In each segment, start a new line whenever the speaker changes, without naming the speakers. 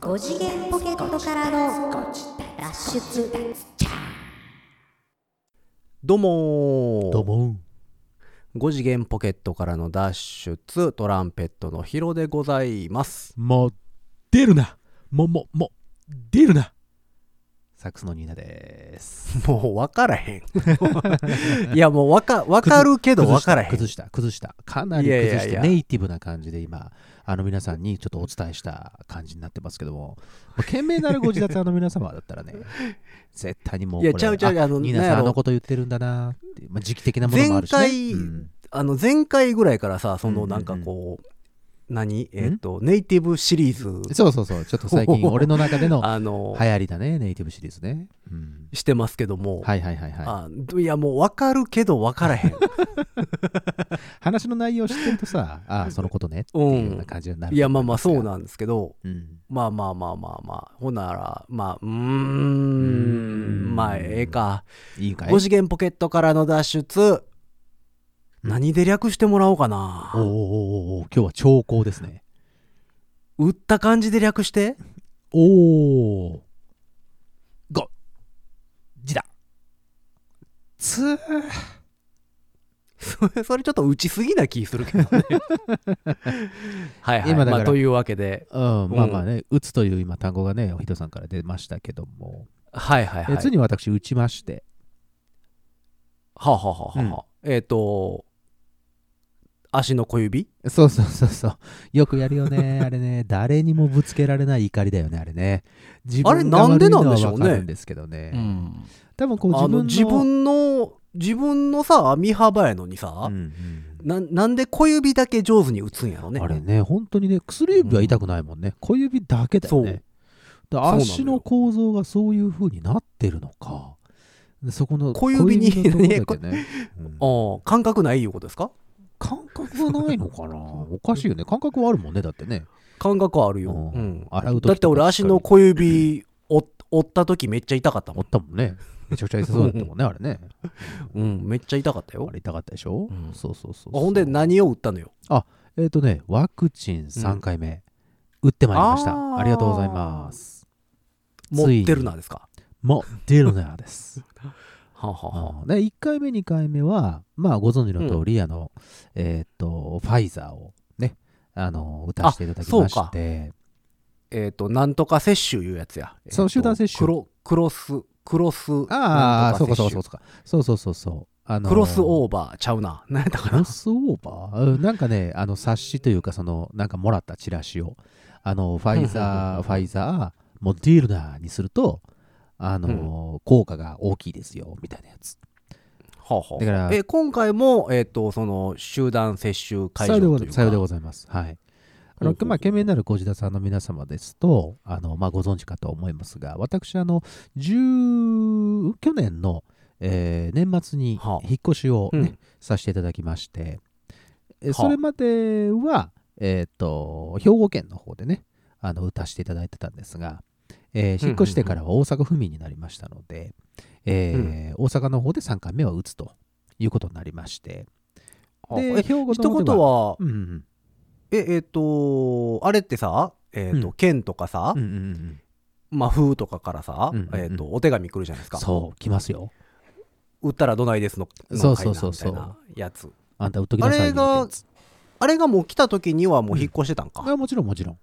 5次元ポケットからの脱出
どうもー
どうも
5次元ポケットからの脱出トランペットのヒロでございます
もう出るなもうもうもう出るなサックスのニーナです
もう分からへ んいやもう分か分かるけど分からへん
崩した崩した崩したかなり
いやい
崩
やい
し
や
てネイティブな感じで今あの皆さんにちょっとお伝えした感じになってますけどもまあ賢明なるご自立あの皆様だった らね絶対にもうこれ
いやちゃうちゃう
あ
あの
ニーナ
なんや
さ
ろ
んあのこと言ってるんだなって、まあ、時期的なものもあるし、ね、
前回
うん
あの前回ぐらいからさその
うんうん
な
うん
んかこう何えっとネイティブシリーズ
そうそうそうちょっと 最近俺の中での
あの
流行りだねネイティブシリーズね、うん、
してますけども
はいはいはいはい
あいやもう分かるけど分からへん
話の内容知ってるとさ、ああ、そのことねっていうような感じになる。
いやまあまあそうなんですけど
うん。
まあまあまあまあまあほんならまあうー
うー
ん
ん
まあええか
いいかい
5次元ポケットからの脱出何で略してもらおうか
おーおー
な
おーおー今日は兆候ですね。
打った感じで略して
おお。ご、じだ。つー
それそれちょっと打ちすぎな気する けどねはいはい
今だから
まあというわけで
うん、まあまあね、打つという今単語がね、おひとさんから出ましたけども、
はいはいはい
えついに私打ちまして、
はあはあはあはあえっと足の小指
そうそうそうそう、よくやるよね、 あれね、誰にもぶつけられない怒りだよね、あれね。自分が
あれなんでなん
悪
で
い
し
の
ょ
は
うね
わかるんですけどね。
うん
多分こう自
あ
分
の自分
の
の自分のさ身幅やのにさ
うんうん
ななんで小指だけ上手に打つんやろね
あれね、本当にね、薬指は痛くないもんね。小指だけだよね。で
なのよ
足の構造がそういう風になってるのか。でそこの
小指に
小指のとこだけね、うん
ああ感覚ないいうことですか
感覚はないの かなおかしいよね。感覚はあるもんね、だってね。
感覚あるよ、
うん
うん
洗う時とか
だって俺足の小指折折った時めっちゃ痛かった
持
もん
っ、たもんね。めちゃくちゃ痛そうだったもんね、あれね。
うん、めっちゃ痛かったよ
あれ痛かったでしょ、
うん
そうそうそうそう。
ほんで何を打ったのよ
えっ、とね、ワクチン3回目、打ってまいりました
あー
あ。りがとうございます。
持ってる
ついに。
なですか
も出るなです。
はあはあはあ
あで1回目2回目はまあご存知の通り、あのえーっとファイザーをねあの打たせていただきま
そうか
して
えっ、となんとか接種いうやつや、えーと
そう集団接種
クロクロスクロス
あ
な
あ
ん
そ
とか
うかそう
接
か
種
そうかそうそうそうそうあの
クロスオーバーちゃうな 何やったか
クロ
な
スオーバーうんなんかねあの冊子というかそのなんかもらったチラシをあのファイザーファイザーモディルナにするとあの、効果が大きいですよみたいなやつ
はあはあ
だから
えー今回も、えー、とその集団接種会
さようで
場
ご
と
ざ
いうか
さようでございます。はい。あ
ほうほう
の
ほう
まあ、懸命なるご自宅さんの皆様ですと、あのまあ、ご存知かと思いますが、私、あの10去年の、えー年末に
はあ
引っ越しを、ね
うん
させていただきまして、え
はあ
それまでは、えー、と兵庫県の方でね、あの歌していただいてたんですが、えー引っ越してからは大阪府民になりましたので、えー大阪の方で3回目は打つということになりまして、
はあ
で
え
兵庫の
一
方で
言
は、
は
うんうんうん
ええっ、とあれってさえっ、と、
うん
県とかさ、
うんうんうん
まあ、風とかからさ、
うんうんうん
えっとお手紙来るじゃないですか
そう来ますよ
売ったらどないですのの
そうそうそう
みたいなやつ
あんた売っときなさ
あ
いよ
れが
ってやつ
あれがもう来た時にはもう引っ越してたんか、
あもちろんもちろん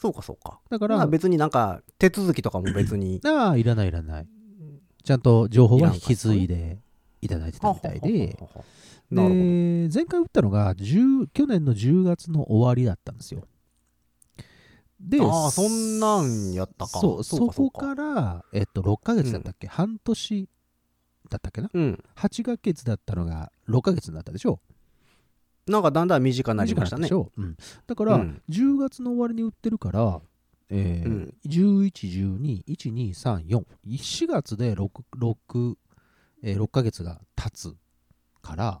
そうかそうか
だか
だからら別になんか手続きとかも別に
ああいらないいらないちゃんと情報
いらん
は
か
引き継いでいただいてたみたい
は
で
ははははなるほど、
で前回打ったのが10去年の10月の終わりだったんですよで
ああそんなんやったか
そう
そう
そ
かそう
こ
か
から、えっと、6ヶ月だったっけ、半年だったっけな
うん
8ヶ月だったのが6ヶ月になったでしょ
なんかだんだん身近になりましたね
短かったでしょうん、だから、
うん
10月の終わりに売ってるから、えー
うん
11、12、1、2、3、4、4月で 6, 6, えー6ヶ月が経つから、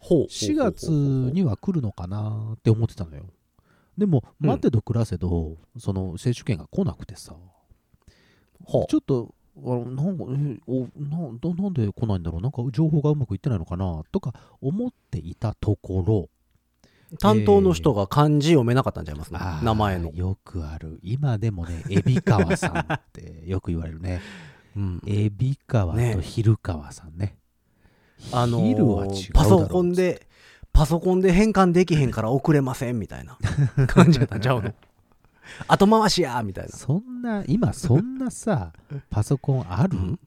ほうほう
4月には来るのかなって思ってたのよ。でも、
うん
待ってど暮らせど、その接種券が来なくてさ、
ほう
ちょっと、あのなんかえおなどなんで来ないんだろう、なんか情報がうまくいってないのかなとか思っていたところ、
担当の人が漢字読めなかったんちゃいますね、
あー
名前の、
よくある今でもね海老川さんって よく言われるね
うん
海老川と昼川さんね
あのー
昼は違うだろう
パソコンでパソコンで変換できへんから遅れませんみたい な感じやったんちゃうの後回しやみたいな
そんな今そんなさ パソコンある、
うん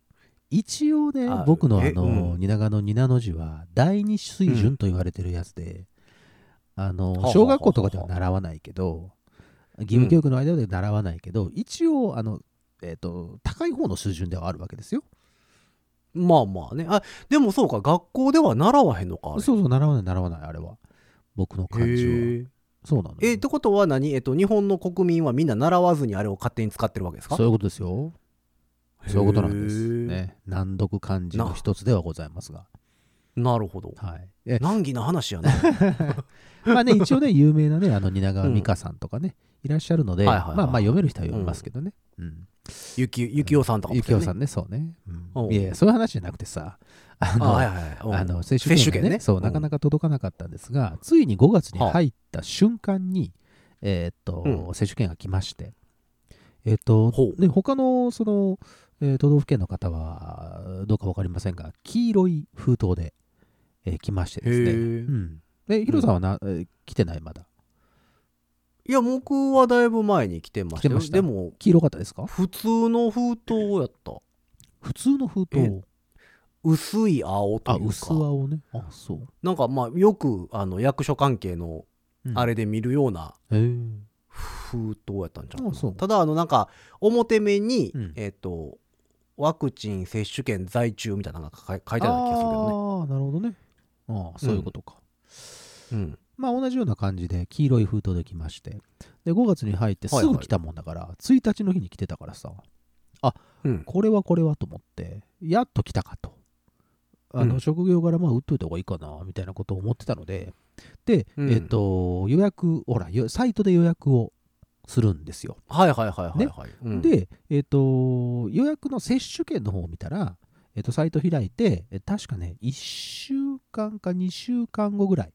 一応ね
ある
僕のあ
え
の
うん
蜷川の蜷の字は第二水準と言われてるやつで、あ
はあは
の
あ
小学校とかでは習わないけど義務教育の間では習わないけど、一応あの、えー、と高い方の水準ではあるわけですよ。
まあまあねあでもそうか学校では習わへんのかあれ
そうそう習わない習わないあれは僕の漢
へ
字は。
ー
そうなのよ
えってことは何えっと日本の国民はみんな習わずにあれを勝手に使ってるわけですか
そういうことです
へー
よ。そういうことなんです。ね、難読漢字の一つではございますが。
なるほど
はい、え
難儀な話 やな
まあね、一応 ね、有名なね、あの、蜷川美香さんとかね、いらっしゃるので、
はいはいはい
まあまあ読める人は読みますけどね。うん。
ゆきゆきおさんとかも
ゆ
です
き
よ
お
ね
さんね、そうね。う
お
ん、
う
いやいや、そういう話じゃなくてさ、あ
あ
の、
は
あ,、
いはいはい
の接種券
接
が
種
ね
券ね
そうう、
ん
なかなか届かなかったんですが、ついに5月に入った瞬間に、えーっと、
う
接種券が来まして、えーっと
ほ、う
で、他の、その、えー都道府県の方は、どうかわかりませんが、黄色い封筒で、えー来まして
へ
ですね。
ー
うん。で、ヒロさんはな、えー来てない、まだ。
いや僕はだいぶ前に来てましたよ
来てました
でも
黄色かったですか
普通の封筒やった
普通の封筒
え薄い青と
あ
いう
薄
か
青ねあそう、
なんかまあよくあの役所関係のあ
れ
れで見るような
へえ
封筒やったんちゃうかな
あそう
ただあのなんか表面に、
うん
えっ、とワクチン接種券在中みたいなのが書い書いてある気がするけど
ああなるほどねああそういうことか、
ね、うん、
まあ同じような感じで黄色い封筒で来ましてで5月に入ってす
はい
ぐ
はい
来たもんだから、1日の日に来てたからさ
うん、
これはこれはと思ってやっと来たかとあの、
うん
職業柄まあ売っといた方がいいかなみたいなことを思ってたのでで、
うん
えっ、と予約ほらよサイトで予約をするんですよ
はいはいはいはいはい、うん、
で、えっと予約の接種券の方を見たら、えっとサイト開いてえ確かね1週間か2週間後ぐらい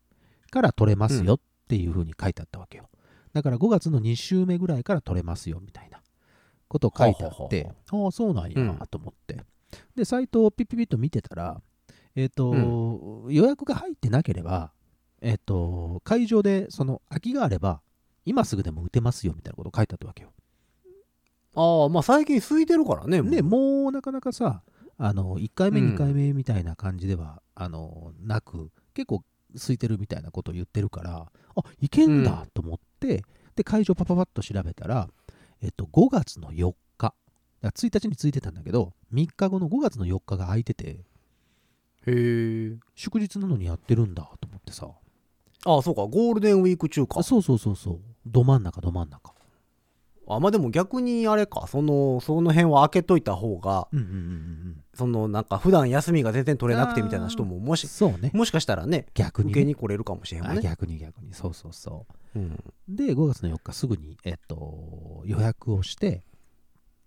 から取れますよっていうふうに書いてあったわけよ、だから5月の2週目ぐらいから取れますよみたいなことを書いてあって
は
ああそうなんや
うん
と思って、でサイトをピッピピッと見てたら、えっと予約が入ってなければ、えっと会場でその空きがあれば今すぐでも打てますよみたいなこと書いてあったわけよ
ああまあ最近空いてるからね
ね、もうなかなかさあの1回目
うん
2回目みたいな感じでは、あのなく結構空いてるみたいなことを言ってるからあいけんだと思って、で会場パパパッと調べたら、えっと、5月の4日だから1日についてたんだけど3日後の5月の4日が空いてて
へえ
祝日なのにやってるんだと思ってさ
ああそうかゴールデンウィーク中か
あそうそうそうそうど真ん中ど真ん中
あまあでも逆にあれかそのその辺は開けといた方が
うんうんうんうん
そのなんか普段休みが全然取れなくてみたいな人もも
うん
し
そうね
もしかしたらね
逆に
受
ね、
けに来れるかもしれんも
あ
んね
逆に逆にそうそうそう
うん
で5月の4日すぐに、えっと、予約をして、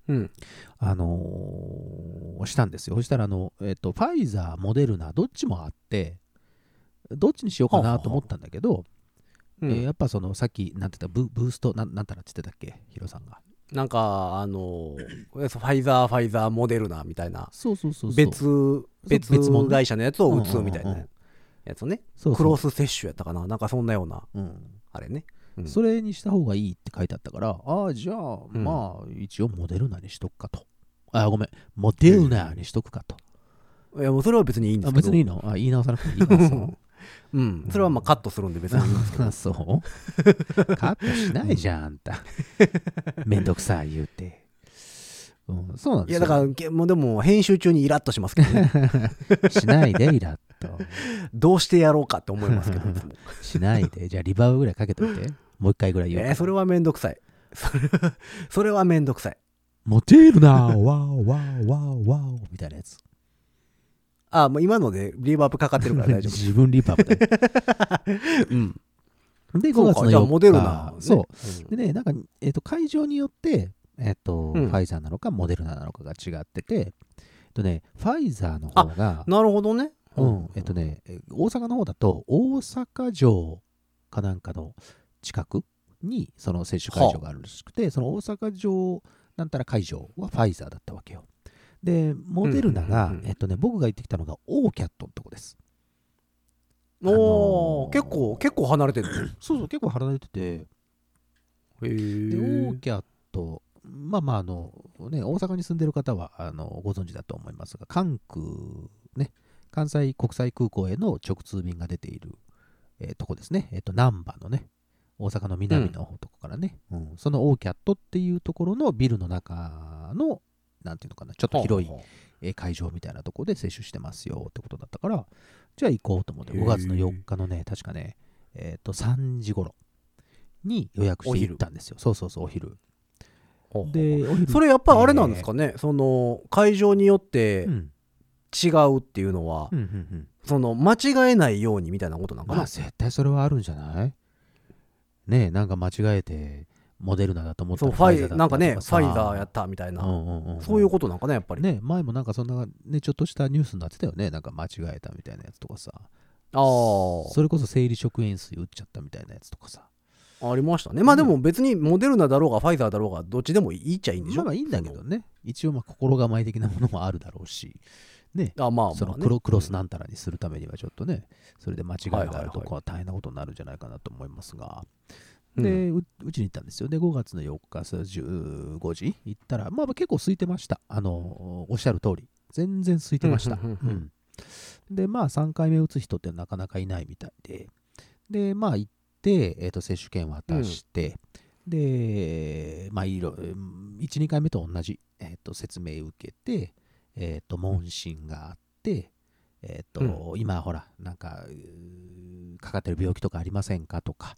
うん
あのーしたんですよそしたらあの、えっと、ファイザーモデルナどっちもあってどっちにしようか
はあはあ
なと思ったんだけど、
うん
えーやっぱそのさっきなんて言ったブブーストなんなんたらって言ってたっけヒロさんが
なんかあのファイザーファイザーモデルナみたいな
そうそうそうそう
別別
別物ね
会社のやつを打つみたい
うんうんう
なんやつね
そう
ク
そ
ロ
う、
ス接種やったかななんかそんなような
うん、
あれねうん
それにした方がいいって書いてあったからああじゃあ、
ん
まあ一応モデルナにしとくかとあごめんモデルナにしとくかと、
いやもうそれは別にいいんで
あ
すけど
別にいいのあ言い直さなくていいから さ
うんそれはまあカットするんで別にいいんですけど
あそうカットしないじゃん、あん た。めんどくさい言うて。うん、そうなん
い
です
やだ
よ。
からけもうでも編集中にイラッとしますけど ね
しないで、イラッと。
どうしてやろうかって思いますけ どいつも
しな いで。じゃあ、リバウぐらいかけといて。もう一回ぐらい言うから。
えーそれはめんどくさいそれはそれはめんどくさい
モテるなわーわーわーわーわーみたいなやつ。
あもう今のでリバーブかかってるから大丈夫
自分リバウだよ。
うん
で、5
そう
月
か
の
じゃあ
4日
モデルナね
そう。
うん
でね、なんか、えっと会場によって、えっと
うん
ファイザーなのかモデルナなのかが違ってて、えっとね、ファイザーの方が、
なるほどね
うん、えっとね、え大阪の方だと、大阪城かなんかの近くにその接種会場があるらしくて、その大阪城なんたら会場はファイザーだったわけよ。で、モデルナが、
うんうんうんうん
えっとね、僕が行ってきたのがオーキャットのとこです。
おお、
あのー
結構結構離れて る
そうそう、結構離れてて、
へ
で、オー
ー
キャット、まあまあ、あの、ね、大阪に住んでる方は、あの、ご存知だと思いますが、関空、ね、関西国際空港への直通便が出ている、えーとこですね。えっ、と、難波のね、大阪の南の方とかからね、うんそのオーキャットっていうところのビルの中の、なんていうのかな、ちょっと広い
はあは
えー会場みたいなところで接種してますよってことだったから、じゃあ行こうと思って、
へー
5月の4日のね、確かね、えっ、と、3時頃に予約して行ったんですよ。そうそうそう、お昼。
あはあ
で、お昼
それやっぱりあれなんですかね、その会場によって
うん、
違うっていうのは、
うん、うん、うん。
その間違えないようにみたいなことなんか
ま
な
あ、、絶対それはあるんじゃないねえ、なんか間違えて、モデルナだと思った
そう
ら
ファイ
だ
な
っ
んか
たり
ね
と
フ
さ
ァイザーやったみたいな、
うんうんうんん
そういうことなんかなやっぱり、
ね、前もなんかそんな、ね、ちょっとしたニュースになってたよね。なんか間違えたみたいなやつとかさ。
あ
それこそ生理食塩水打っちゃったみたいなやつとかさ。
あありましたねまあでも別にモデルナだろうがファイザーだろうがどっちでもいいっちゃいいんでし
ま
ょ
あまあいいんだけどね一応まあ心構え的なものもあるだろうしね
あまあまあ、ね、
そのクロクロスなんたらにするためにはちょっとねそれで間違いが
はい
あ
はいは
る
い
とこは大変なことになるんじゃないかなと思いますが
うん
でううちに行ったんですよで5月の4日そう15時行ったらまあまあ結構空いてましたあのおっしゃる通り全然空いてました
うんうんうんうん
うんでまあ3回目打つ人ってなかなかいないみたいででまあ行って、えー、と接種券渡して、でまあいろ12回目と同じ、えー、と説明受けて、えー、と問診があって、えーと今ほらなんかうーかかってる病気とかありませんかとか、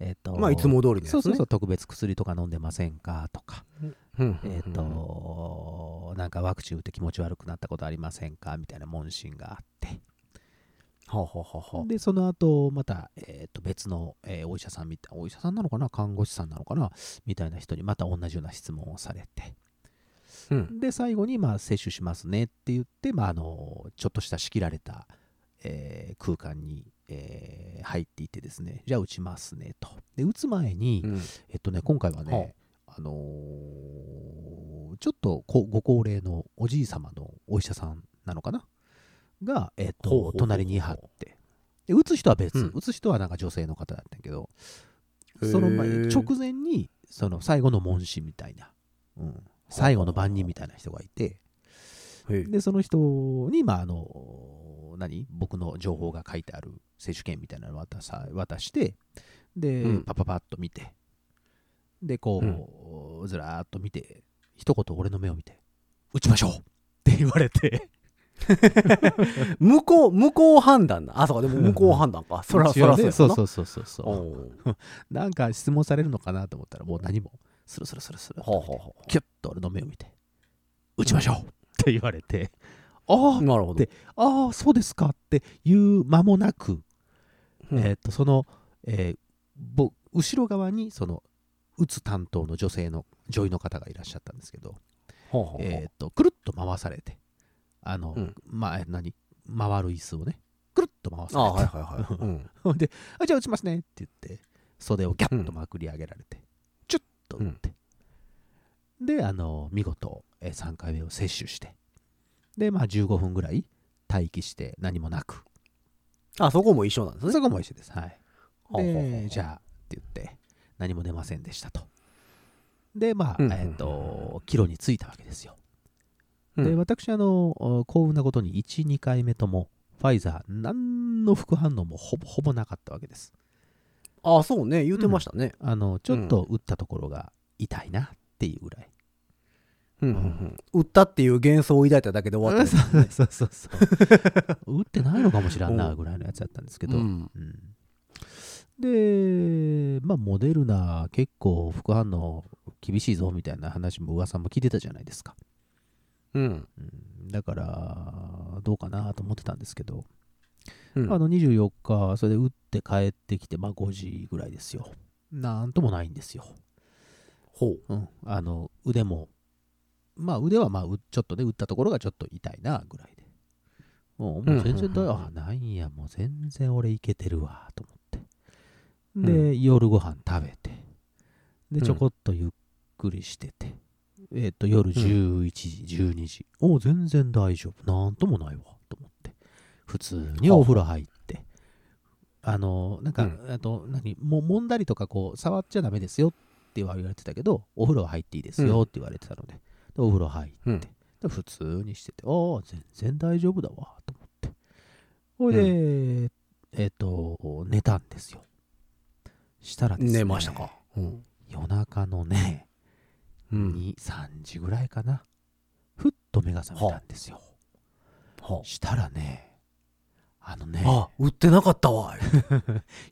えーと
まあいつも通りのやつね
そうそうそう特別薬とか飲んでませんかとか、
うんうんうん
えっ、と、なんかワクチン打って気持ち悪くなったことありませんかみたいな問診があって。
はあはあはあはあ
で、その後、また、えっ、と、別の、えーお医者さんみたい、お医者さんなのかな看護師さんなのかなみたいな人にまた同じような質問をされて。
うん
で、最後に、まあ、接種しますねって言って、まあ、あの、ちょっとした仕切られた、えー空間に、えー入っていってですね、じゃあ打ちますねと。で、打つ前に、
うん
えっとね、今回はね、あのーちょっとこご高齢のおじい様のお医者さんなのかなが、えっ
ほうほうほうほ
と
う
隣にいはってで打つ人は別、
うん
打つ人はなんか女性の方だったけど
へー
その前直前にその最後の問診みたいな、うん、最後の番人みたいな人がいて
へえ
でその人に、まあ、あの何僕の情報が書いてある接種券みたいなのを渡さ渡してで、
うん
パパパッと見てでこう、ずらーっと見て一言俺の目を見て「打ちましょう!」って言わ れて
向こう向こう判断だあそうかでも向こう判断かそらそ
一応
らそ
ねそうう
や
そ
な
うそうそうそう
おう
なんか質問されるのかなと思ったらもう何もスルスルスルスル
はあはあは
キュッと俺の目を見て「打ちましょう!」って言われてあ
あ
あ
なるほど
でああそうですかっていう間もなく
うん
えーっとその、えーぼ後ろ側にその打つ担当の女性の女医の方がいらっしゃったんですけど、
はあはあはあ
えーっとくるっと回されてあの、
うん
まあえ何回る椅子をねくるっと回
あはい
さ
はいはい、うん
れて であじゃあ打ちますねって言って袖をギャッとまくり上げられて、チュッと打って、であの見事、えー3回目を接種してでまあ15分ぐらい待機して何もなく
あそこも一緒なんですね
そこも一緒ですはい
はあはあはあ
で、じゃあって言って、何も出ませんでしたと。で、まあ、
うんうんうん
えっ、と、帰路に着いたわけですよ。
うん
で、私、あの、お幸運なことに、1、2回目とも、ファイザー、何の副反応もほぼほぼなかったわけです。
あそうね言うてましたね、
あの、ちょっと打ったところが痛いなっていうぐらい。
うんうんうん、打ったっていう幻想を抱いただけで終わった、
そうそうそうそう。打ってないのかもしらんなぐらいのやつだったんですけど、
うん
うんで、まあ、モデルナ結構副反応厳しいぞみたいな話も噂も聞いてたじゃないですか、
うん
うん、だからどうかなと思ってたんですけど、
うん
あの24日それで打って帰ってきて、まあ、5時ぐらいですよなんともないんですよ、
ほ
うん、あの腕もまあ腕はまあうちょっとね打ったところがちょっと痛いなぐらいでもうもう全然だ、
うんうんうん
あないんやもう全然俺いけてるわと思ってで、
う
夜ご飯食べて
う
で
ん
ちょこっとゆっくりしてて、えっ、と夜11時、12時おう全然大丈夫なんともないわと思って普通にお風呂入ってあのなんか、
う
あと何も揉んだりとかこう触っちゃダメですよっては言われてたけどお風呂入っていいですよって言われてたので,、でお風呂入って
うん
で普通にしてて、ああ、全然大丈夫だわ、と思って。ほいで、えっ、と、寝たんですよ。したらですね、
寝ましたか。うん
夜中のね、
うん
2、3時ぐらいかな。ふっと目が覚めたんですよ。
は
したらね、あのね、
ああ売ってなかったわ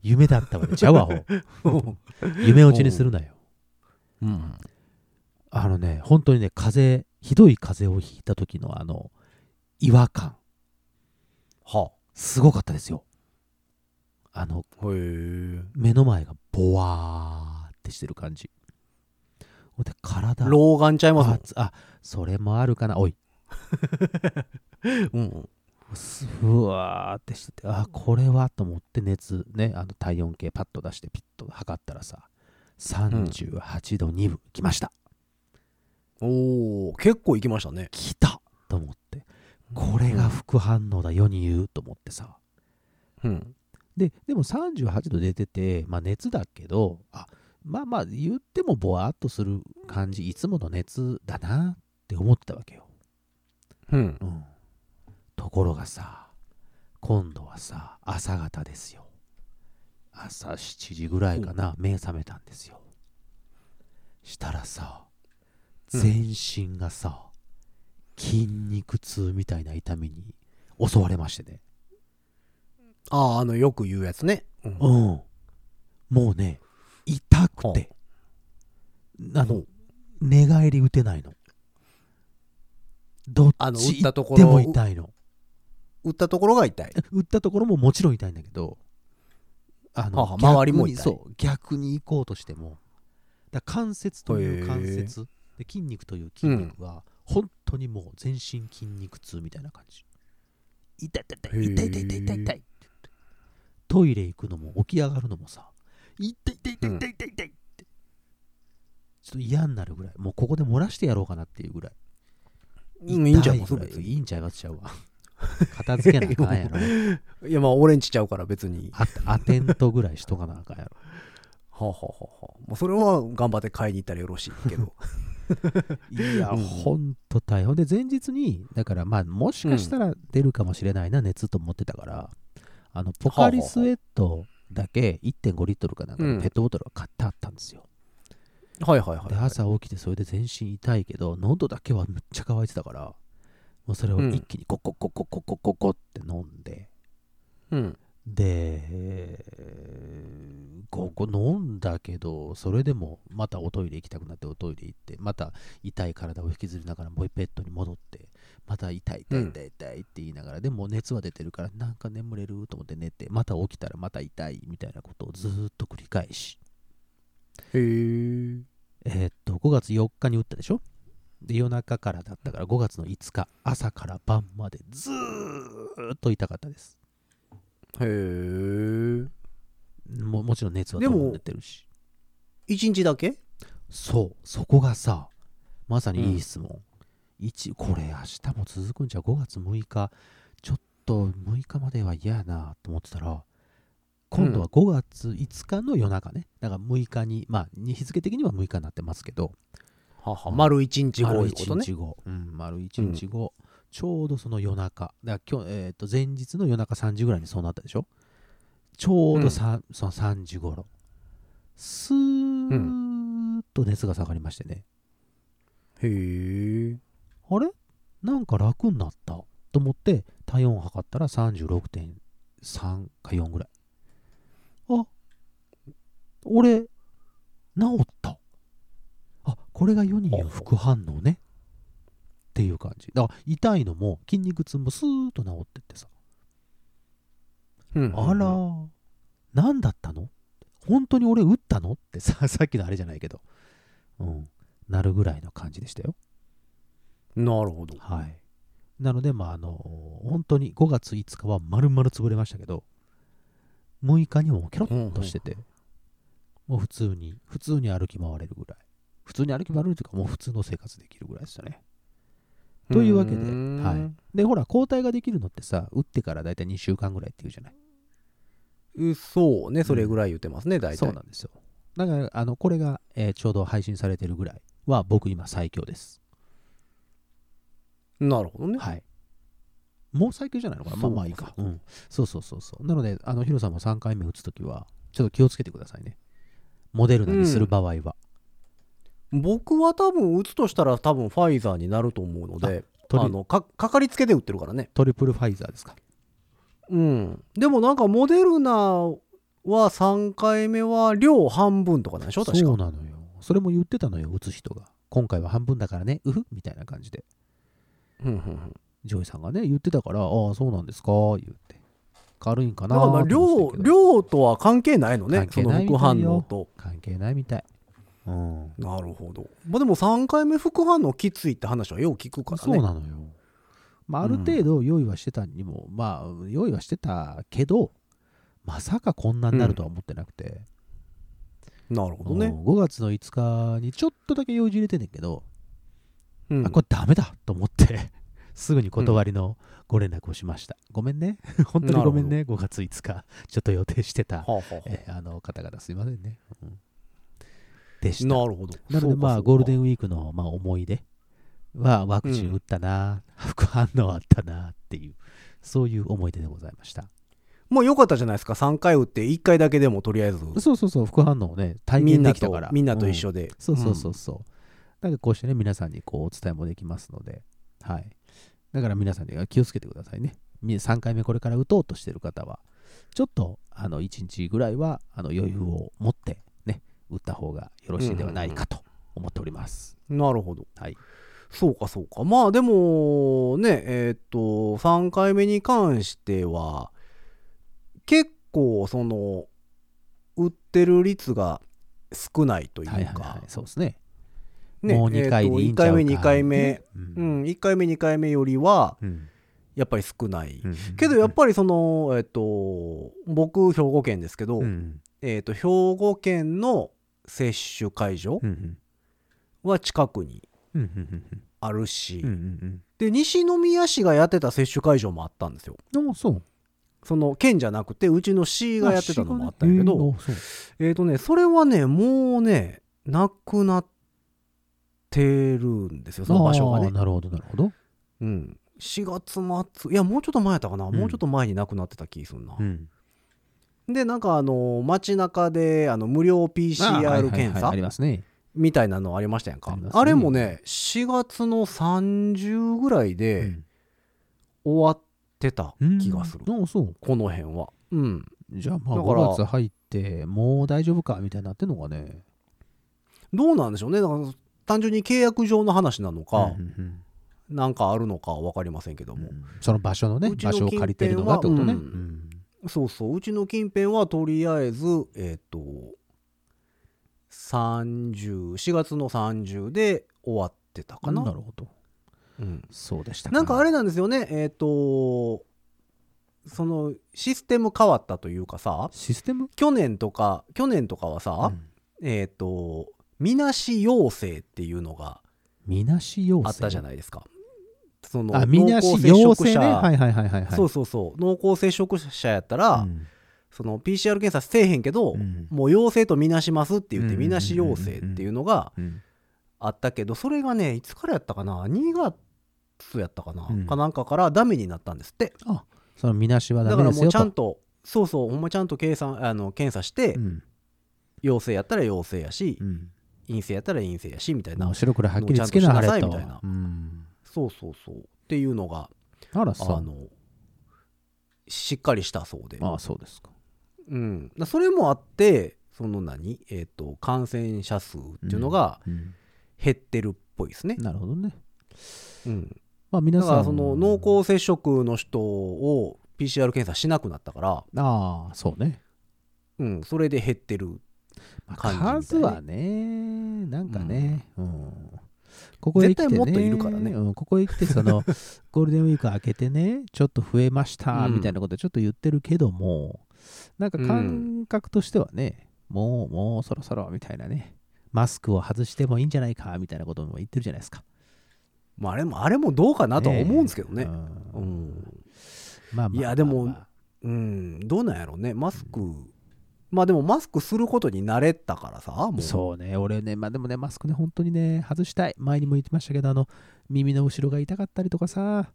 夢だったわけちゃうわ、ほう
うん
夢落ちにするなよ。
うん
あのね、本当にね、風邪、ひどい風邪をひいた時のあの、違和感、
は
すごかったですよ。あの、
あへえ
目の前がボワーってしてる感じほんで体
老眼ちゃいますもん
熱あそれもあるかなおい
うん
すふわーってしててあこれはと思って熱ねあの体温計パッと出してピッと測ったらさ38度2分、来ました
おお結構行きましたね
来たと思ってこれが副反応だ世に言うと思ってさ
うん
ででも38度出てて、まあ、熱だけどあまあまあ言ってもぼわーっとする感じいつもの熱だなって思ってたわけよ
うん
うん、ところがさ今度はさ朝方ですよ朝7時ぐらいかな目覚めたんですよしたらさ
うん
全身がさ、筋肉痛みたいな痛みに襲われましてね
あああのよく言うやつねうん
うんもうね痛くてあ
ほ
の
う
寝返り打てないのどっ
あの
ち
打ったと
行
こ
っ
ろ
ても痛いの
打ったところが痛い
打ったところももちろん痛いんだけどあ
はあはあ周りも
逆に
痛い
そう逆に行こうとしてもだから関節という関節で筋肉という筋肉が本当にもう全身筋肉痛みたいな感じ痛い痛い痛い痛い痛い痛い痛い痛いって言ってトイレ行くのも起き上がるのもさ痛い痛い痛い痛い痛い痛いってちょっと嫌になるぐらいもうここで漏らしてやろうかなっていうぐらい
うんいいんちゃい
痛
ます
ぐら
別
い
に
いいんちゃいますちゃうわ片付けなあかんやろ
いやまあ俺んちちゃうから別に
あアテントぐらいしとかなあかんやろ。
はあはあはあはあまあそれは頑張って買いに行ったらよろしいけど
いや、
うん
ほんと大変。で、前日に、だから、まあ、もしかしたら出るかもしれないな、熱と思ってたから、あの、ポカリスエットだけ1.5リットルかなんか
う
の
ん
ペットボトルは買ってあったんですよ。
はいはいはい
で、朝起きて、それで全身痛いけど、喉だけはむっちゃ乾いてたから、もうそれを一気にココココココココって飲んで、
うん
で、えーここ飲んだけど、それでもまたおトイレ行きたくなっておトイレ行って、また痛い体を引きずりながらもうベッドに戻って、また痛い痛い痛い痛いって言いながら、でも熱は出てるからなんか眠れると思って寝て、また起きたらまた痛いみたいなことをずーっと繰り返し、
へえ
えーっと、5月4日に打ったでしょで、夜中からだったから5月の5日、朝から晩までずーっと痛かったです。
へえ
ももちろん熱はどんどん出てるし。
一日だけ
そうそこがさまさにいい質問、一これ明日も続くんじゃう5月6日ちょっと6日までは嫌やなと思ってたら今度は5月5日の夜中ねだから6日にまあに日付的には6日になってますけど
はは丸一日後
丸
いうこと
1
ね
日後、うん、丸1日後、ちょうどその夜中だから今日、えー、と前日の夜中3時ぐらいにそうなったでしょちょうどさ、その3時頃スーッと熱が下がりましてね、
へえ
あれなんか楽になったと思って体温測ったら36.3か4ぐらいあ俺治ったあこれが世に言う副反応ねっていう感じだから痛いのも筋肉痛もスーッと治ってってさあら何だったの本当に俺打ったのってささっきのあれじゃないけどうんなるぐらいの感じでしたよ
なるほど
はい。なので、まあ、あの、本当に5月5日は丸々潰れましたけど、6日にもケロッとしてて、もう普通に、普通に歩き回れるぐらい。普通に歩き回れるというか、もう普通の生活できるぐらいでしたね。というわけで
ん
はで、ほら、抗体ができるのってさ、打ってからだいたい2週間ぐらいっていうじゃない。
うそうね、それぐらい言ってますね、大体。
そうなんですよ。だから、あの、これが、えーちょうど配信されてるぐらいは、僕今最強です。
なるほどね。
はい。もう最強じゃないのかなまあ
そうか
まあいいか。
そううか
ん。そうそうそうそう。なので、あの、ヒロさんも3回目打つときは、ちょっと気をつけてくださいね。モデルナにする場合は。
僕は多分打つとしたら多分ファイザーになると思うので
トリ
あのかかかりつけで打ってるからね
トリプルファイザーですか。
うんでもなんかモデルナは3回目は量半分とかなんでしょ確
そう
か
なのよ。それも言ってたのよ、打つ人が。今回は半分だからね、うふみたいな感じで。
うんうんうん
ジョイさんがね、言ってたから、ああ、そうなんですか、言って。軽いんか
だ
な
からまあ
と思っ
量
てたけど
量とは関係ないのね
関係
その
ないみ
副
たいよ
反応と
関係ないみたい。うん。
なるほどまあでも3回目副反応きついって話はよう聞くからね
そうなのよ。まあ、ある程度用意はしてたにも、まあ、用意はしてたけど、まさかこんなになるとは思ってなくて、
なるほど
う
ね
ん5月の5日にちょっとだけ用事入れてんねんけど、
うん
あこれダメだと思って すぐに断りのご連絡をしました、ごめんね 本当にごめんね5月5日ちょっと予定してた
は、あはあはあ
えーあの方々すいませんね、うんでした
なるほど
なのでまあゴールデ
ン
ンウィークの、まあ、思い出はワクチン打ったな、副反応あったなっていうそういう思い出でございました
もう良かったじゃないですか3回打って1回だけでもとりあえず
そうそうそう副反応をね体
みん
験
な
できたか
と
ら
みんなと一
うん
緒で
そうそうそううそう。なんかこうしてね、皆さんにこうお伝えもできますので、はい。だから皆さんには気をつけてくださいね。み3回目これから打とうとしてる方は、ちょっと、あの、1日ぐらいは、あの、余裕を持って、ね、打った方がよろしいんではないかと思っております。
んなるほど
はい。
そうかそうかまあでもねえーっと3回目に関しては結構その売ってる率が少ないというか、
はいはいはい。そうですね。
ね
もう2回でいいんちゃうか、
えーっと1回目2回目
ね、うん
う。ん1回目2回目よりは
うん
やっぱり少ない、
うん
けどやっぱりそのえーっと僕兵庫県ですけど、
うん
えーっと兵庫県の接種会場
うんうん
は近くに
うんうん
あるし、
うんうん
で西宮市がやってた接種会場もあったんですよ
うんあそう。
その県じゃなくてうちの市がやってたのもあったんやけ
あ
ど、
市がね
えっ、とねそれはねもうねなくなってるんですよ
え
そ
ーそう
の場所が
あー
ね、
なるほど、なるほど。
うん、4月末いやもうちょっと前やったかな、
ん
もうちょっと前になくなってた気すんな
う、ん
でなんかあの街中であの無料
あーはいはいは
PCR
い
検査
ありますね。
みたいなのありましたやんか
あ
あ,、
りますね
れもね4月の30ぐらいで終わってた気がする、
うんあそう
この辺はうん
じゃあまあ
だから
5月入ってもう大丈夫かみたいになってんのがね
どうなんでしょうねだから単純に契約上の話なのか
うんうん
なんかあるのかは分かりませんけど
うん
も、
その場所のね
うちの
場所を借りてるのがってこと
近
ね、
辺はうん
うん
そうそううちの近辺はとりあえずえっ、と4月の30で終わってたかな
なるほど
うん
そうでした
なんかあれなんですよねえっ、とそのシステム変わったというかさ
システム
去年とか去年とかはさ
う、ん
えっ、とみなし陽性っていうのが
みなし陽性
あったじゃないですか。その
あみなし陽性ねはいはいはいはいはい
そうそうそう濃厚接触者やったら、
うん
その PCR 検査せえへんけど、
うん
もう陽性とみなしますって言って、
うん
みなし陽性っていうのが
うん
あったけどそれがねいつからやったかな2月やったかな、
うん
かなんかからダメになったんですって
あそのみなしは
だ
ダ
か
メ
ら
で
も
す
う
よ
ちゃん
と
とそうそうほんまちゃんと計算あの検査して、
うん
陽性やったら陽性やし、
うん
陰性やったら陰性やしみたいな、
もう白黒はっきりつけなはれ
ちゃ
と
んとしなさいみたいな
うん
そうそうそうっていうのが
あらそ
あ
う
のしっかりしたそうで
ああそうですか
うん、だそれもあってその何、えー、と感染者数っていうのが
うん
減ってるっぽいですね、
なるほどね
うん、
まあ皆
だか
さ
ら
ん
その濃厚接触の人を PCR 検査しなくなったから、
ああそうね
うん、それで減ってる
まあ
感じみたいね
数はねなんかね、うんここへ来て、ね、
絶対もっといるからね
うんここへ来て そのゴールデンウィーク明けてねちょっと増えました
うん
みたいなことちょっと言ってるけども、なんか感覚としてはね、もう、もうそろそろ、みたいなね。マスクを外してもいいんじゃないか、みたいなことも言ってるじゃないですか。
まあ、あれもあれもどうかなとは思うんですけどね
う、
うんん
まあまあまあまあ
いやでもうんどうなんやろうねマスク、まあでもマスクすることに慣れたからさもう
そうね、俺ね、まあでもね、マスクね、本当にね、外したい。前にも言ってましたけど、あの、耳の後ろが痛かったりとかさ、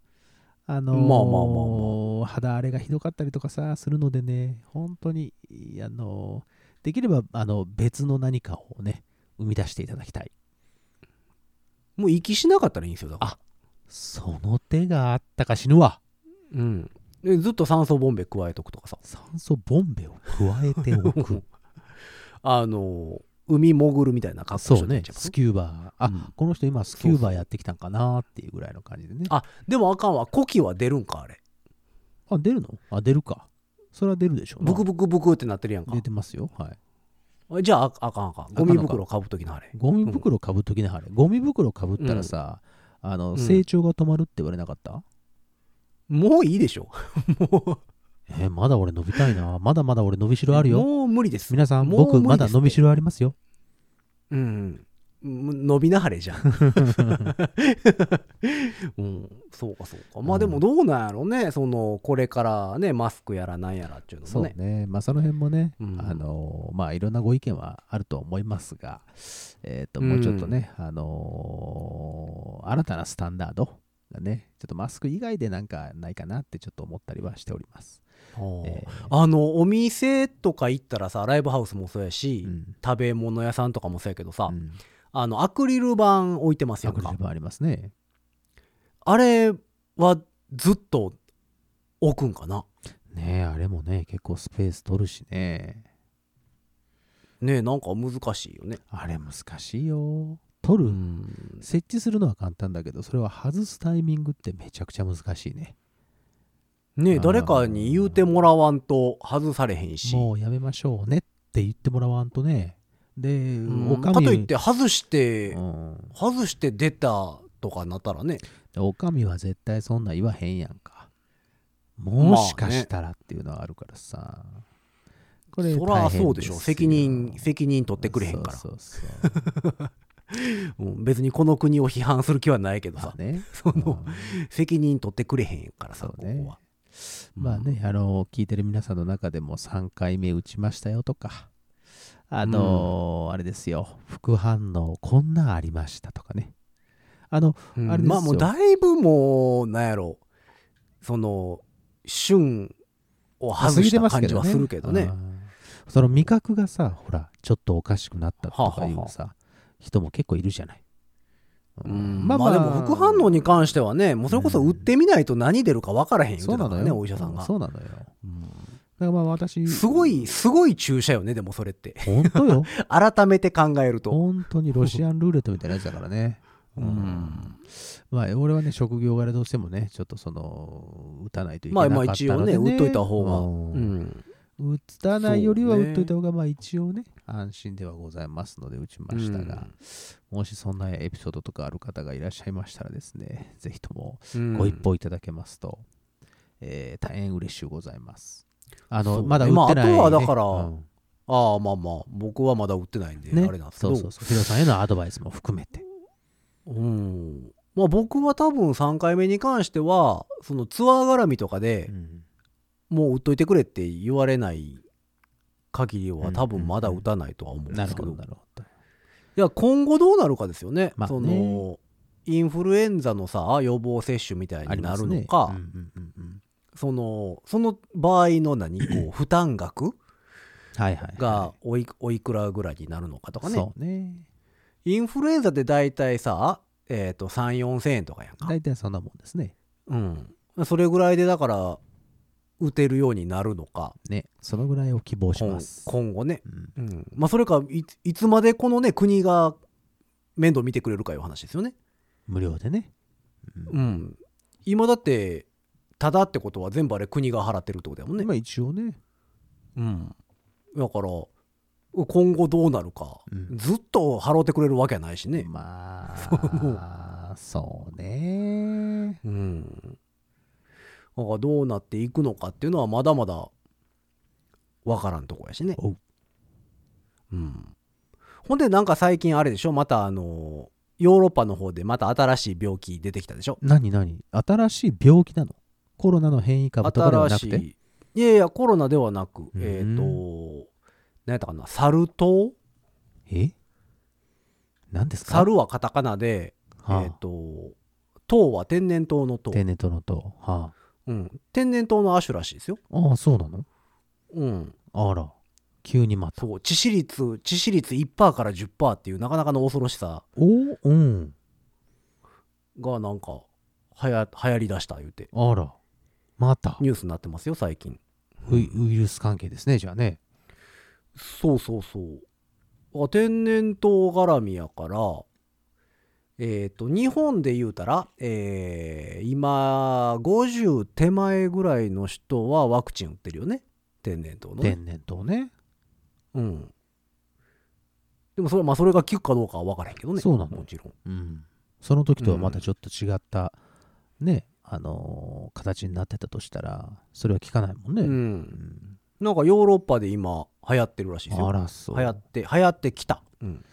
あのー
まあまあま
肌荒れがひどかったりとかさ、するのでね、本当に、あのーできれば、あの、別の何かをね、生み出していただきたい。
もう息しなかったらいいんですよだから
あその手があったか死ぬわ。
うん、でずっと酸素ボンベ加えとくとかさ
酸素ボンベを加えてお く。
あの海潜るみたいな格好し
そ
と
う
いたらいい
ね
ん、ちゃうかな
スキューバー。あ、
うん
この人今スキューバーやってきたんかなっていうぐらいの感じでね。
あでもあかんわ呼気は出るんかあれ
あ、出るのあ、出るか。それは出るでしょうな
ブクブクブクってなってるやんか
出てますよ。はい。
じゃあああかんあかんゴミ袋かぶときなあれ
ゴミ袋かぶっときなはれ。ゴミ袋かぶったらさ、あ
う
の、
ん
成長が止まるって言われなかった、
もういいでしょも
えーまだ俺伸びたいな。ま だまだ俺伸びしろある
う
よ。
もう無理です
皆さん、
もう無
僕
理
ま
で
だ
す
伸びしろありますよ。
うんうん伸びなはれじゃん、 うん、そうかそうかまあでもどうなんやろうねそのこれからねマスクやらなんやらっていうの
そ
も
う
ね
ね。まあその辺もね、
うん
あのーまあいろんなご意見はあると思いますが、えっ、と、もうちょっとね、あのー新たなスタンダードがね、ちょっとマスク以外でなんかないかなってちょっと思ったりはしております。
ほう
え
あのお店とか行ったらさライブハウスもそうや
ー
し、
うん
食べ物屋さんとかもそうやけどさ、
うん
あのアクリル板置いてますや
ア
ん
クリ
か
ル板ありますね。
あれはずっと置くんかな
ねえあれもね結構スペース取るしね
ねえなんか難しいよね、
あれ難しいよ取る、
うん
設置するのは簡単だけどそれは外すタイミングってめちゃくちゃ難しいね
ね
あ
え
ー
誰かに言うてもらわんと外されへんし
もうやめましょうねって言ってもらわんとねで、
うん
おか
か
み
といって外して、
うん、
外して出たとかなったらね
おかみは絶対そんな言わへんやんか
あ
も
ね
しかしたらっていうのはあるからさ、これ
そらそうでしょ
大変すよ
責任責任取ってくれへんから
そうそうそう
うん別にこの国を批判する気はないけど
ま
さ
あ、ね
その
うん
責任取ってくれへんからさ
そ
こ
うね
こは
まあね、あの、聞いてる皆さんの中でも3回目打ちましたよとか、あの、あれですよ、副反応こんなありましたとかね。あの、
うん
あれですよ
まあもうだいぶもうなんやろその旬を外した感じはするけどね
うんその味覚がさ、ほら、ちょっとおかしくなったとかいうさ、人も結構いるじゃない。う
うんんまあでも副反応に関してはねもうそれこそ売ってみないと何出るか分からへん言う
そ
て
うな
たか
の
ら
よ
ねお医者さんが
そうなのよ。だか
うん
らまあ私、
すごいすごい注射よねでもそれって
本当よ。
改めて考える と
本当にロシアンルーレットみたいなやつだからね。
うん
まあ、俺はね、職業柄どうしてもね、ちょっとその、打たないといけ
ま
な
あ
か
ま
っ
あ
たので、
一応ね売っといた方が
う
うんん
打たないよりは
そう
打
ね
っといた方が、まあ一応ね、安心ではございますので、打ちましたが、もしそんなエピソードとかある方がいらっしゃいましたらですね、ぜひとも
うん
ご一報いただけますと、えー大変嬉しゅうございます。あ
そう
の、
ね
まだ打ってない、ね。
まああとはだから
うん
ああまあまあ僕はまだ売ってないんで
ね
あれなんですけ
そ
ど
うそうそう、ヒロさんへのアドバイスも含めて。
うんまあ僕は多分3回目に関してはそのツアー絡みとかで
うん
もう売っといてくれって言われない限りは多
うんうん
分まだ打たないとは思うんで
なる
すけ
ほ
ど,、
ど、なるほど。
いや今後どうなるかですよね,、
まあね
そのインフルエンザのさ予防接種みたいになるの
あ
か、
りますねうんうんうんうん
そのその場合の何こう負担額
はいはいはい、
がおいおいくらぐらいになるのかとかね
そうね
インフルエンザって大体さ、えー、と3 4千円とかやんか
大体そんなもんですね
うん、それぐらいでだから打てるようになるのか
ねそのぐらいを希望し
今
ます
今後ね、
う
う
ん
んまあ、それかいついつまでこのね国が面倒見てくれるかいう話ですよね。
無料でね、うん
うん、今だってただってことは全部あれ国が払ってるってことだもんね。
まあ一応ね
うん、だから今後どうなるか、
うん
ずっと払ってくれるわけやないしね。
ま あそうね
うん、だからどうなっていくのかっていうのはまだまだわからんとこやしね。
おう
うん、ほんでなんか最近あれでしょまたあのヨーロッパの方でまた新しい病気出てきたでしょ
何何新しい病気なのコロナの変異株とかではな
新
く
していいやいやコロナではなく
うん
えっ、と何やったかなサル痘
え何ですか
サルはカタカナで
はあ
えっ、と糖は天然痘の糖
テネトのと。は
うん、天然痘の亜種らしいですよ、
あ、ああ、そうなの
うん、
あら、急にまた。
そう致死率致死率1%から10%っていうなかなかの恐ろしさ
おおうん。
がなんかはや流行りだした言うて
あら、また。
ニュースになってますよ最近
ウイウイルス関係ですね、じゃあね。
そうそうそうあ天然痘絡みやからえっ、と日本で言うたら、えー今50手前ぐらいの人はワクチン打ってるよね天然痘のね、
天然痘ね。
うんでもそれ,、まあ、それが効くかどうかは分からへんけどね
そうなの
もちろん
うん。その時とはまたちょっと違った、ね、あのー形になってたとしたら、それは効かないもんね。
う、
うんん
なんかヨーロッパで今流行ってるらしいです
あ
よ
ら、そう。
流行って流行ってきた、うん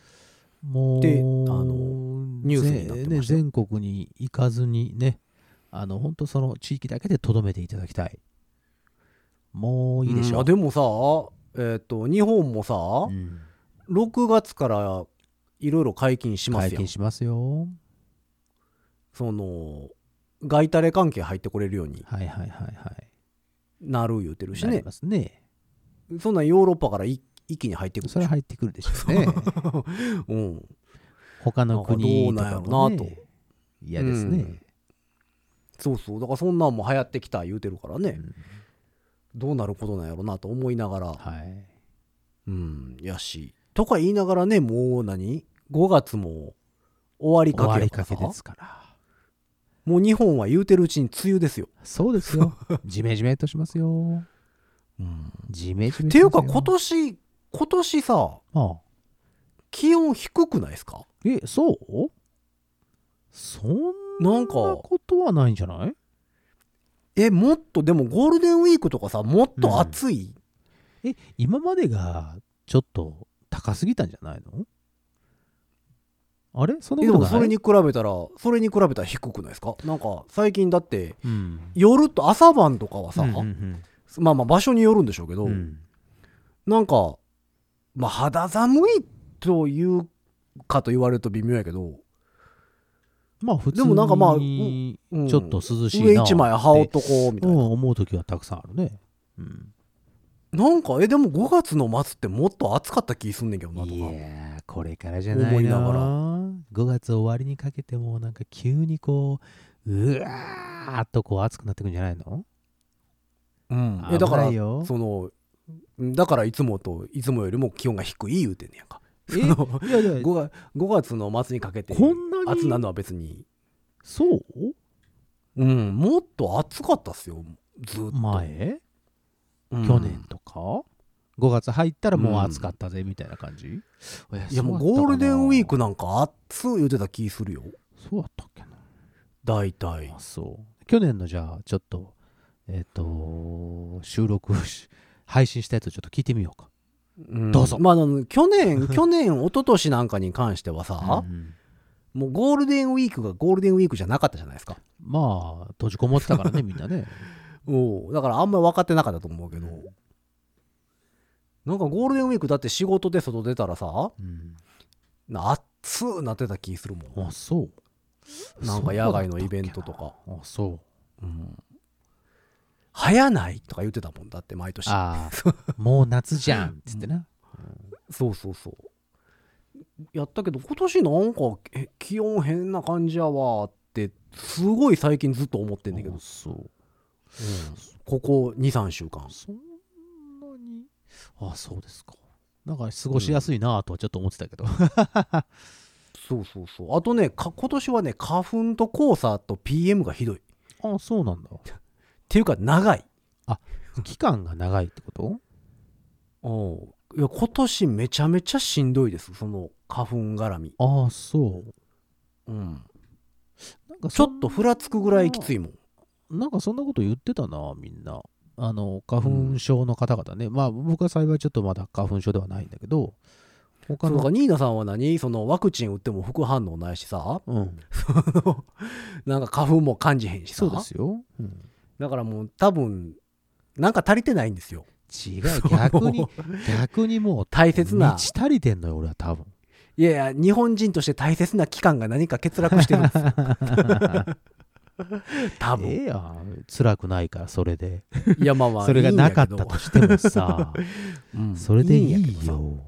もう
であの
ニ
ニュースになってましたよ
全国に行かずにねあの本当その地域だけでとどめていただきたいもういいでし
うん
ょ
あ
う、
でもさえっ、と日本もさ、
うん
6月からいろいろ解禁します
解
やん
禁しますよ
その外タレ関係入ってこれるように
はいはいはいはい
なる言うてるし
なり
ね
ますね
そんなんヨーロッパからい一気に入ってくるでし
そ
ょ
れは入ってくるでしょ うね
うん、
他の国と
な
か
んかどうなん
も、
やろうなと
ね、嫌ですね、
そうそうだからそんなんも流行ってきた言うてるから
う
ね
ん
どうなることなんやろなと思いながら
はい
うんやしとか言いながらねもう何5月も終わり
終
か
わ
けや
り
から
か
さ
けですから
もう日本は言うてるうちに梅雨ですよ、
そうですよジメジメとしますよジメジメ
っ
と
て
します
い
よ
うか今年今年さ
ああ
気温低くないですか
えそうそん
な
なん
か
ことはないんじゃない
えもっとでもゴールデンウィークとかさもっと暑い、
え今までがちょっと高すぎたんじゃないのあれそんな
え
こ
で
と
も
ない
それに比べたらそれに比べたら低くないですかなんか最近だって
うん
夜と朝晩とかはさ、
うんうん
まあまあ場所によるんでしょうけ
う
ど、
んうん
なんかまあ肌寒いというかと言われると微妙やけど、
まあ普通
でもなんかまあ
に
うん
ちょっと涼しいな
上一枚羽織っとこうみ
う
たい
ん
な、
思う時はたくさんあるね、うん、
なんかえでも5月の末ってもっと暑かった気すんねんけどなとか
いやーこれからじゃない
思いな
な
がら
5月終わりにかけてもなんか急にこううわーっとこう暑くなってくんじゃないの
うん
危
えだから
ないよ
そのだからいつもといつもよりも気温が低い言うてんねやんか
えいや いや
5月 ,5 月の末にかけて
こんなに
暑なるのは別に、
そう
うん、もっと暑かったっすよずっと、
前
うん
去年とか5月入ったらもう暑かったぜみたいな感じ
いやもうゴールデンウィークなんか暑い言うてた気するよ
そうだったっけな
大体
あそう去年のじゃあちょっとえっと収録し配信したやつちょっと聞いてみようか
ん
どうぞ
まああの去 年去年一昨年なんかに関してはさ
う、ん
もうゴールデンウィークがゴールデンウィークじゃなかったじゃないですか
まあ閉じこもってたからねみんな ね
おうだからあんまり分かってなかったと思うけど、
うん
なんかゴールデンウィークだって仕事で外出たらさ
うん
な暑うなってた気するもん
あそう
なんか野外のイベントとか、
あそ
う
う
ん、早ないとか言ってたもんだって毎年
ああもう夏じゃんっつってな
そうそうそうやったけど今年なんかえ気温変な感じやわってすごい最近ずっと思ってんだけど、
あそう
ここ23週間
そんなにあそうですかなんか過ごしやすいなぁとはちょっと思ってた けど、
そうそうそうあとねか今年はね花粉と黄砂と PM がひどいっ
あそうなんだ
ていうか長い
期間が長いってこと
おういや今年めちゃめちゃしんどいですその花粉絡み、
ああそう
うん、
なんか
ちょっとふらつくぐらいきつ
い
いもん
なんかそんなこと言ってたなぁみんなあの花粉症の方々ね、まあ僕は幸いちょっとまだ花粉症ではないんだけど他
そう
の
かニーナさんは何そのワクチン打っても副反応ないしさ
うん、
なんか花粉も感じへんしさ
そうですよ、うん
だからもう多分なんか足りてないんですよ
違う逆に逆にもう
大切な
満ち足りてんのよ俺は多分
いやいや日本人として大切な期間が何か欠落してるん ですよ多分、
ええやん辛くないからそれで、
いやまあまあ
それがなかっ
いいんや
た
け
としてもさ
どうん
それでいいよ
んやけどさ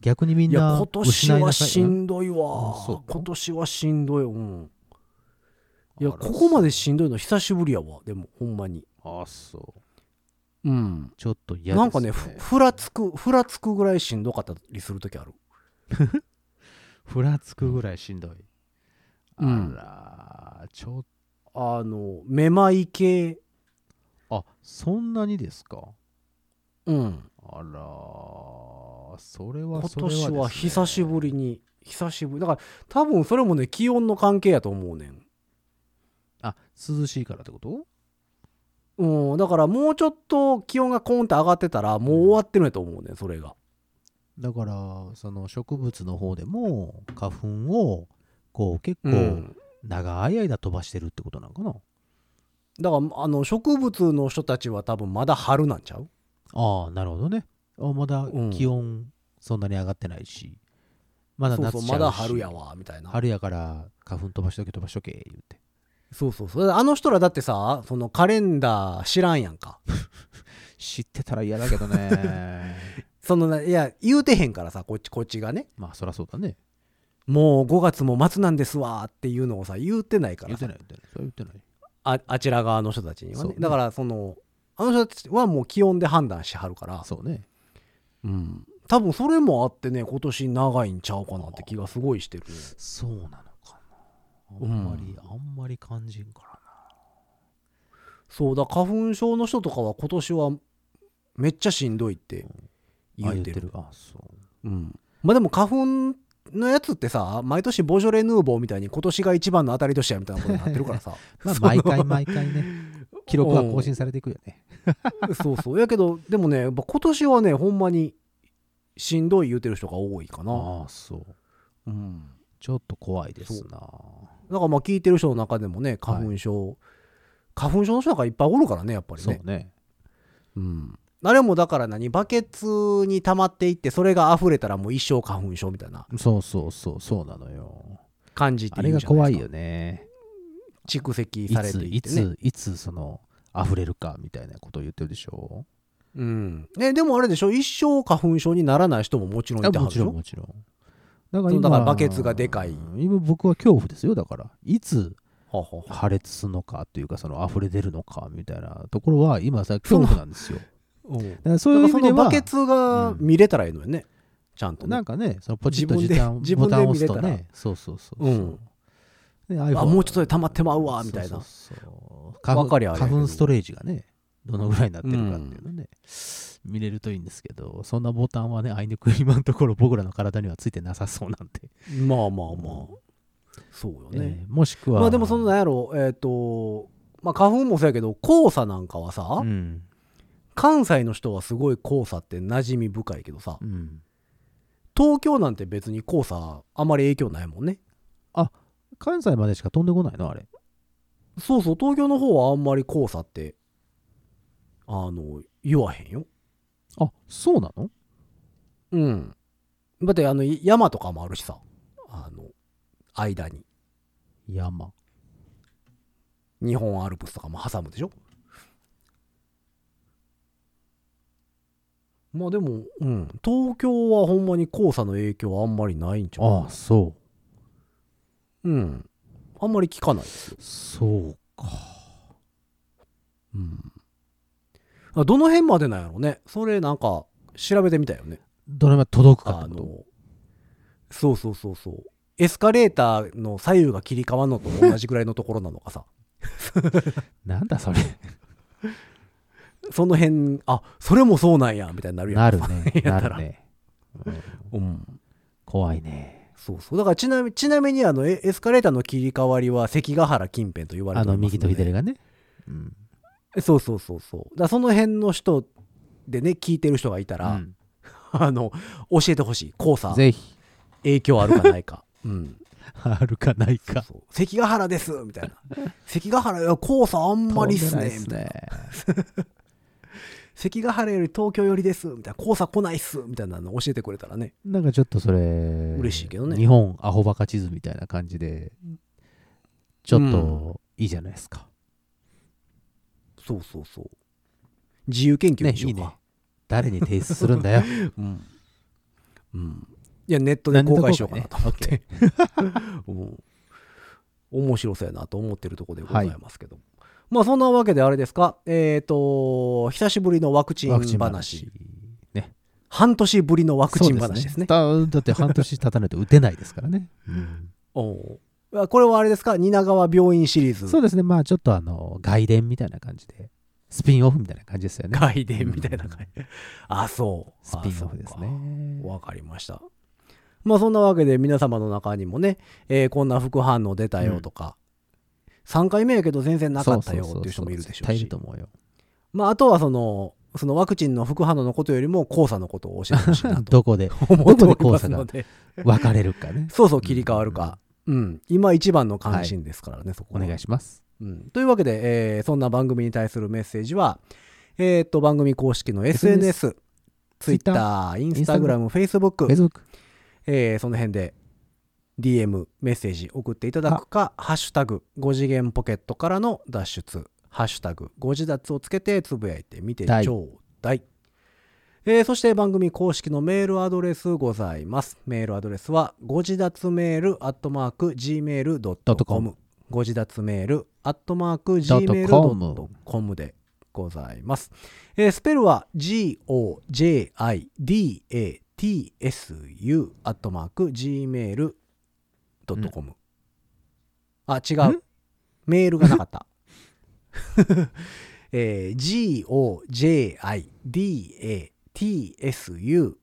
逆にみん
いや
な
今年はし
ん
んどいわ
あそう
今年はしんどいうんいや
あら
ここまでしんどいの久しぶりやわでもほんまに
あそう
うん
ちょっと嫌です、ね、
なんかねふふらつくふらつくぐらいしんどかったりする時ある
ふらつくぐらいしんどい、
うん
あらちょっ
あのめまい系
とあそんなにですか
うん
あらそれは
今
それはですね、
年は久しぶりに久しぶりだから多分それもね気温の関係やと思うねん
あ涼しいからってこと
うん、だからもうちょっと気温がコーンって上がってたらもう終わってるんやと思うねんそれが
だからその植物の方でも花粉をこう結
う
構
ん
長い間飛ばしてるってことなのかな、
だからあの植物の人たちは多分まだ春なんちゃう
ああなるほどねあまだ
うん
気温そんなに上がってないし、まだ
そう
夏
そう
ちゃ
ま
うし
だ春やわみたいな
春やから花粉飛ばしとけ飛ばしとけ言って
そうそうそうあの人らだってさそのカレンダー知らんやんか
知ってたら嫌だけ どね
そのないや言うてへんからさこっちこっちがね
まあそりゃそうだね
もう5月も末なんですわっていうのをさ言うてないか
言
らさ
ってない言ってないそれは言ってない
ああちら側の人たちには
そう
ね
ね
だからそのあの人たちはもう気温で判断しはるから
そうね
うん多分それもあってね今年長いんちゃうかなって気がすごいしてるね
そうなのかなあんまり、
う
あんまり感じんからな
そうだ花粉症の人とかは今年はめっちゃしんどいって言
あ
ってる
あそ
う
う
ん、まあでも花粉のやつってさ毎年ボジョレ・ヌーボーみたいに今年が一番の当たり年やみたいなことになってるから さ
まあ
その
毎回毎回 ね記録は更新されていくよね
そうそうやけどでもねやっぱ今年はねほんまにしんどい言うてる人が多いかな、
ああそ
う
う
ん、
ちょっと怖いですな
だからまあ聞いてる人の中でもね花粉症、花粉症の人なんかいっぱいおるからねやっぱり
そう
ね
ね
うん、あれもだから何バケツに溜まっていってそれが溢れたらもう一生花粉症みたいな
そうそうそうそうなのよ
感じって
あ
いうんじ
れ
ゃな
が
いですか
怖いよね
蓄積
い
され
つ
てい
い
ってね
ついつその溢れるかみたいなことを言ってるでしょ
うんね、でもあれでしょ一生花粉症にならない人ももちろんい
あ
たは
も
ず
ち
で
ろ
しょ
んもちろんだか
そうだからバケツがでかい
今僕は恐怖ですよだからいつ
ははは
破裂するのかというかその溢れ出るのかみたいなところは今さ恐怖なんですよ
うん
だからそう
だ
い
からそ
う意味で
の
は
バケツが見れたらいいのよね、ちゃんとね
なんかねそのポチッと
自分で
時間
自分
ボ
で
タンを押すと
見れた
ねそうそうそうそううんね
あ
iPhone
もうちょっとで溜まってまうわみたい
そ
な
うそうそう花粉
わかりゃあれや
花
けど
粉ストレージがねどのぐらいになってるかっていうのね、見れるといいんですけどそんなボタンはねあいにく今のところ僕らの体にはついてなさそうなんで、
まあまあまあ、そうよね
え、ーもしくは
まあでもそのなんやろえっ、とまあ花粉もそうやけど黄砂なんかはさ、
うん、
関西の人はすごい黄砂って馴染み深いけどさ
うん、
東京なんて別に黄砂あまり影響ないもんね
関西までしか飛んでこないのあれ
そうそう東京の方はあんまり黄砂ってあの言わへんよ
あそうなの
うんだってあの山とかもあるしさあの間に
山
日本アルプスとかも挟むでしょまあでも、うん、東京はほんまに黄砂の影響はあんまりないんちゃう
ああそう
うんあんまり聞かないですよ、
そうか。
うん、あどの辺までなんやろうねそれなんか調べてみたよね
どれまで届くか
あ
ってこ
のそうそうそうそうエスカレーターの左右が切り替わるのと同じぐらいのところなのかさ
となんだそれ。
その辺あそれもそうなんやみたいになるやん
なるね。
や
な
ったら
るね。うん
うん
怖いね。
そうそうだからちなみちなみにあのエエスカレーターの切り替わりは関ヶ原近辺と言われ
あ
てお
の、
ります
右
ので
と左がね。うん。
そうそうそうそうだからその辺の人でね聞いてる人がいたら、
うん
あの教えてほしい黄砂
ぜひ、
影響あるかないか、うん、
あるかないか。
そう関ヶ原ですみたいな 関ヶ原いや黄砂あんまりっすねみたいな
ね。
関ヶ原より東京寄りですみたいな黄砂来ないっすみたいなの教えてくれたらね
なんかちょっとそれ、
嬉しいけどね
日本アホバカ地図みたいな感じで、ちょっといいじゃないですか。
そうそうそう自由研究
ね、
にし
い
よ
いう
か、
ね。誰に提出するんだよ。
うん、うん、いやネットで公開しようかなと思って、 うん面白そうやなと思ってるところでございますけど、まあそんなわけであれですかえっ、と久しぶりのワク チン
ワクチ
話
ン話。ね。
半年ぶりのワクチン話ですね
そうだだって半年経たないと打てないですからね。
おうあこれはあれですか蜷川病院シリーズ
そうですね。まあちょっとあの、外伝みたいな感じで、スピンオフみたいな感じですよね。
外伝みたいな感じ、あそう
スピンオフです
あそうか
ね。
わかりました。まあそんなわけで皆様の中にもね、えーこんな副反応出たよとか、3回目やけど全然なかったよっていう人もいるでしょ
そうそうそう絶対
う
いる
し
と、思うよ。
まあ、あとはそのそのワクチンの副反応のことよりも黄砂のことを教えてほしいなと
どこで
思っており
どこで
ま
黄
す
砂
の
が
で、。
分かれるかね
そうそう切り替わるか、うん今一番の関心ですからね、そこ
お
は
願いします。
うん、というわけで、えーそんな番組に対するメッセージは、えーっと番組公式の SNS、
Twitter
Twitter、Instagram、Facebook、
Facebook。
えーその辺で DM メッセージ送っていただくか「ハッシュタグ #5 次元ポケット」からの脱出「ハッシュタグ #5 次脱」をつけてつぶやいてみてちょうだい、えーそして番組公式のメールアドレスございますメールアドレスは5次脱メールアットマーク Gmail.com 5次脱メールアットマーク Gmail.com でございます、えースペルは GOJIDATSU アットマーク Gmail.com あ違うんメールがなかった、 えー、GOJIDATSUMAIL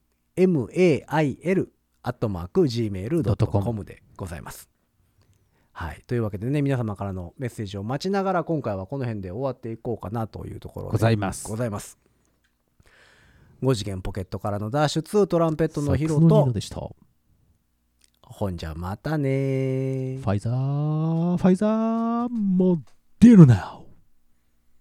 アットマーク Gmail.com でございますはい。というわけでね、皆様からのメッセージを待ちながら、今回はこの辺で終わっていこうかなというところで
ございます
ございます。5次元ポケットからの脱出、トランペットのヒロ
サックスのニ
と
ノ、でした。フ
ほんじゃまたねー。
ァイザー、ファイザー、モデルナ。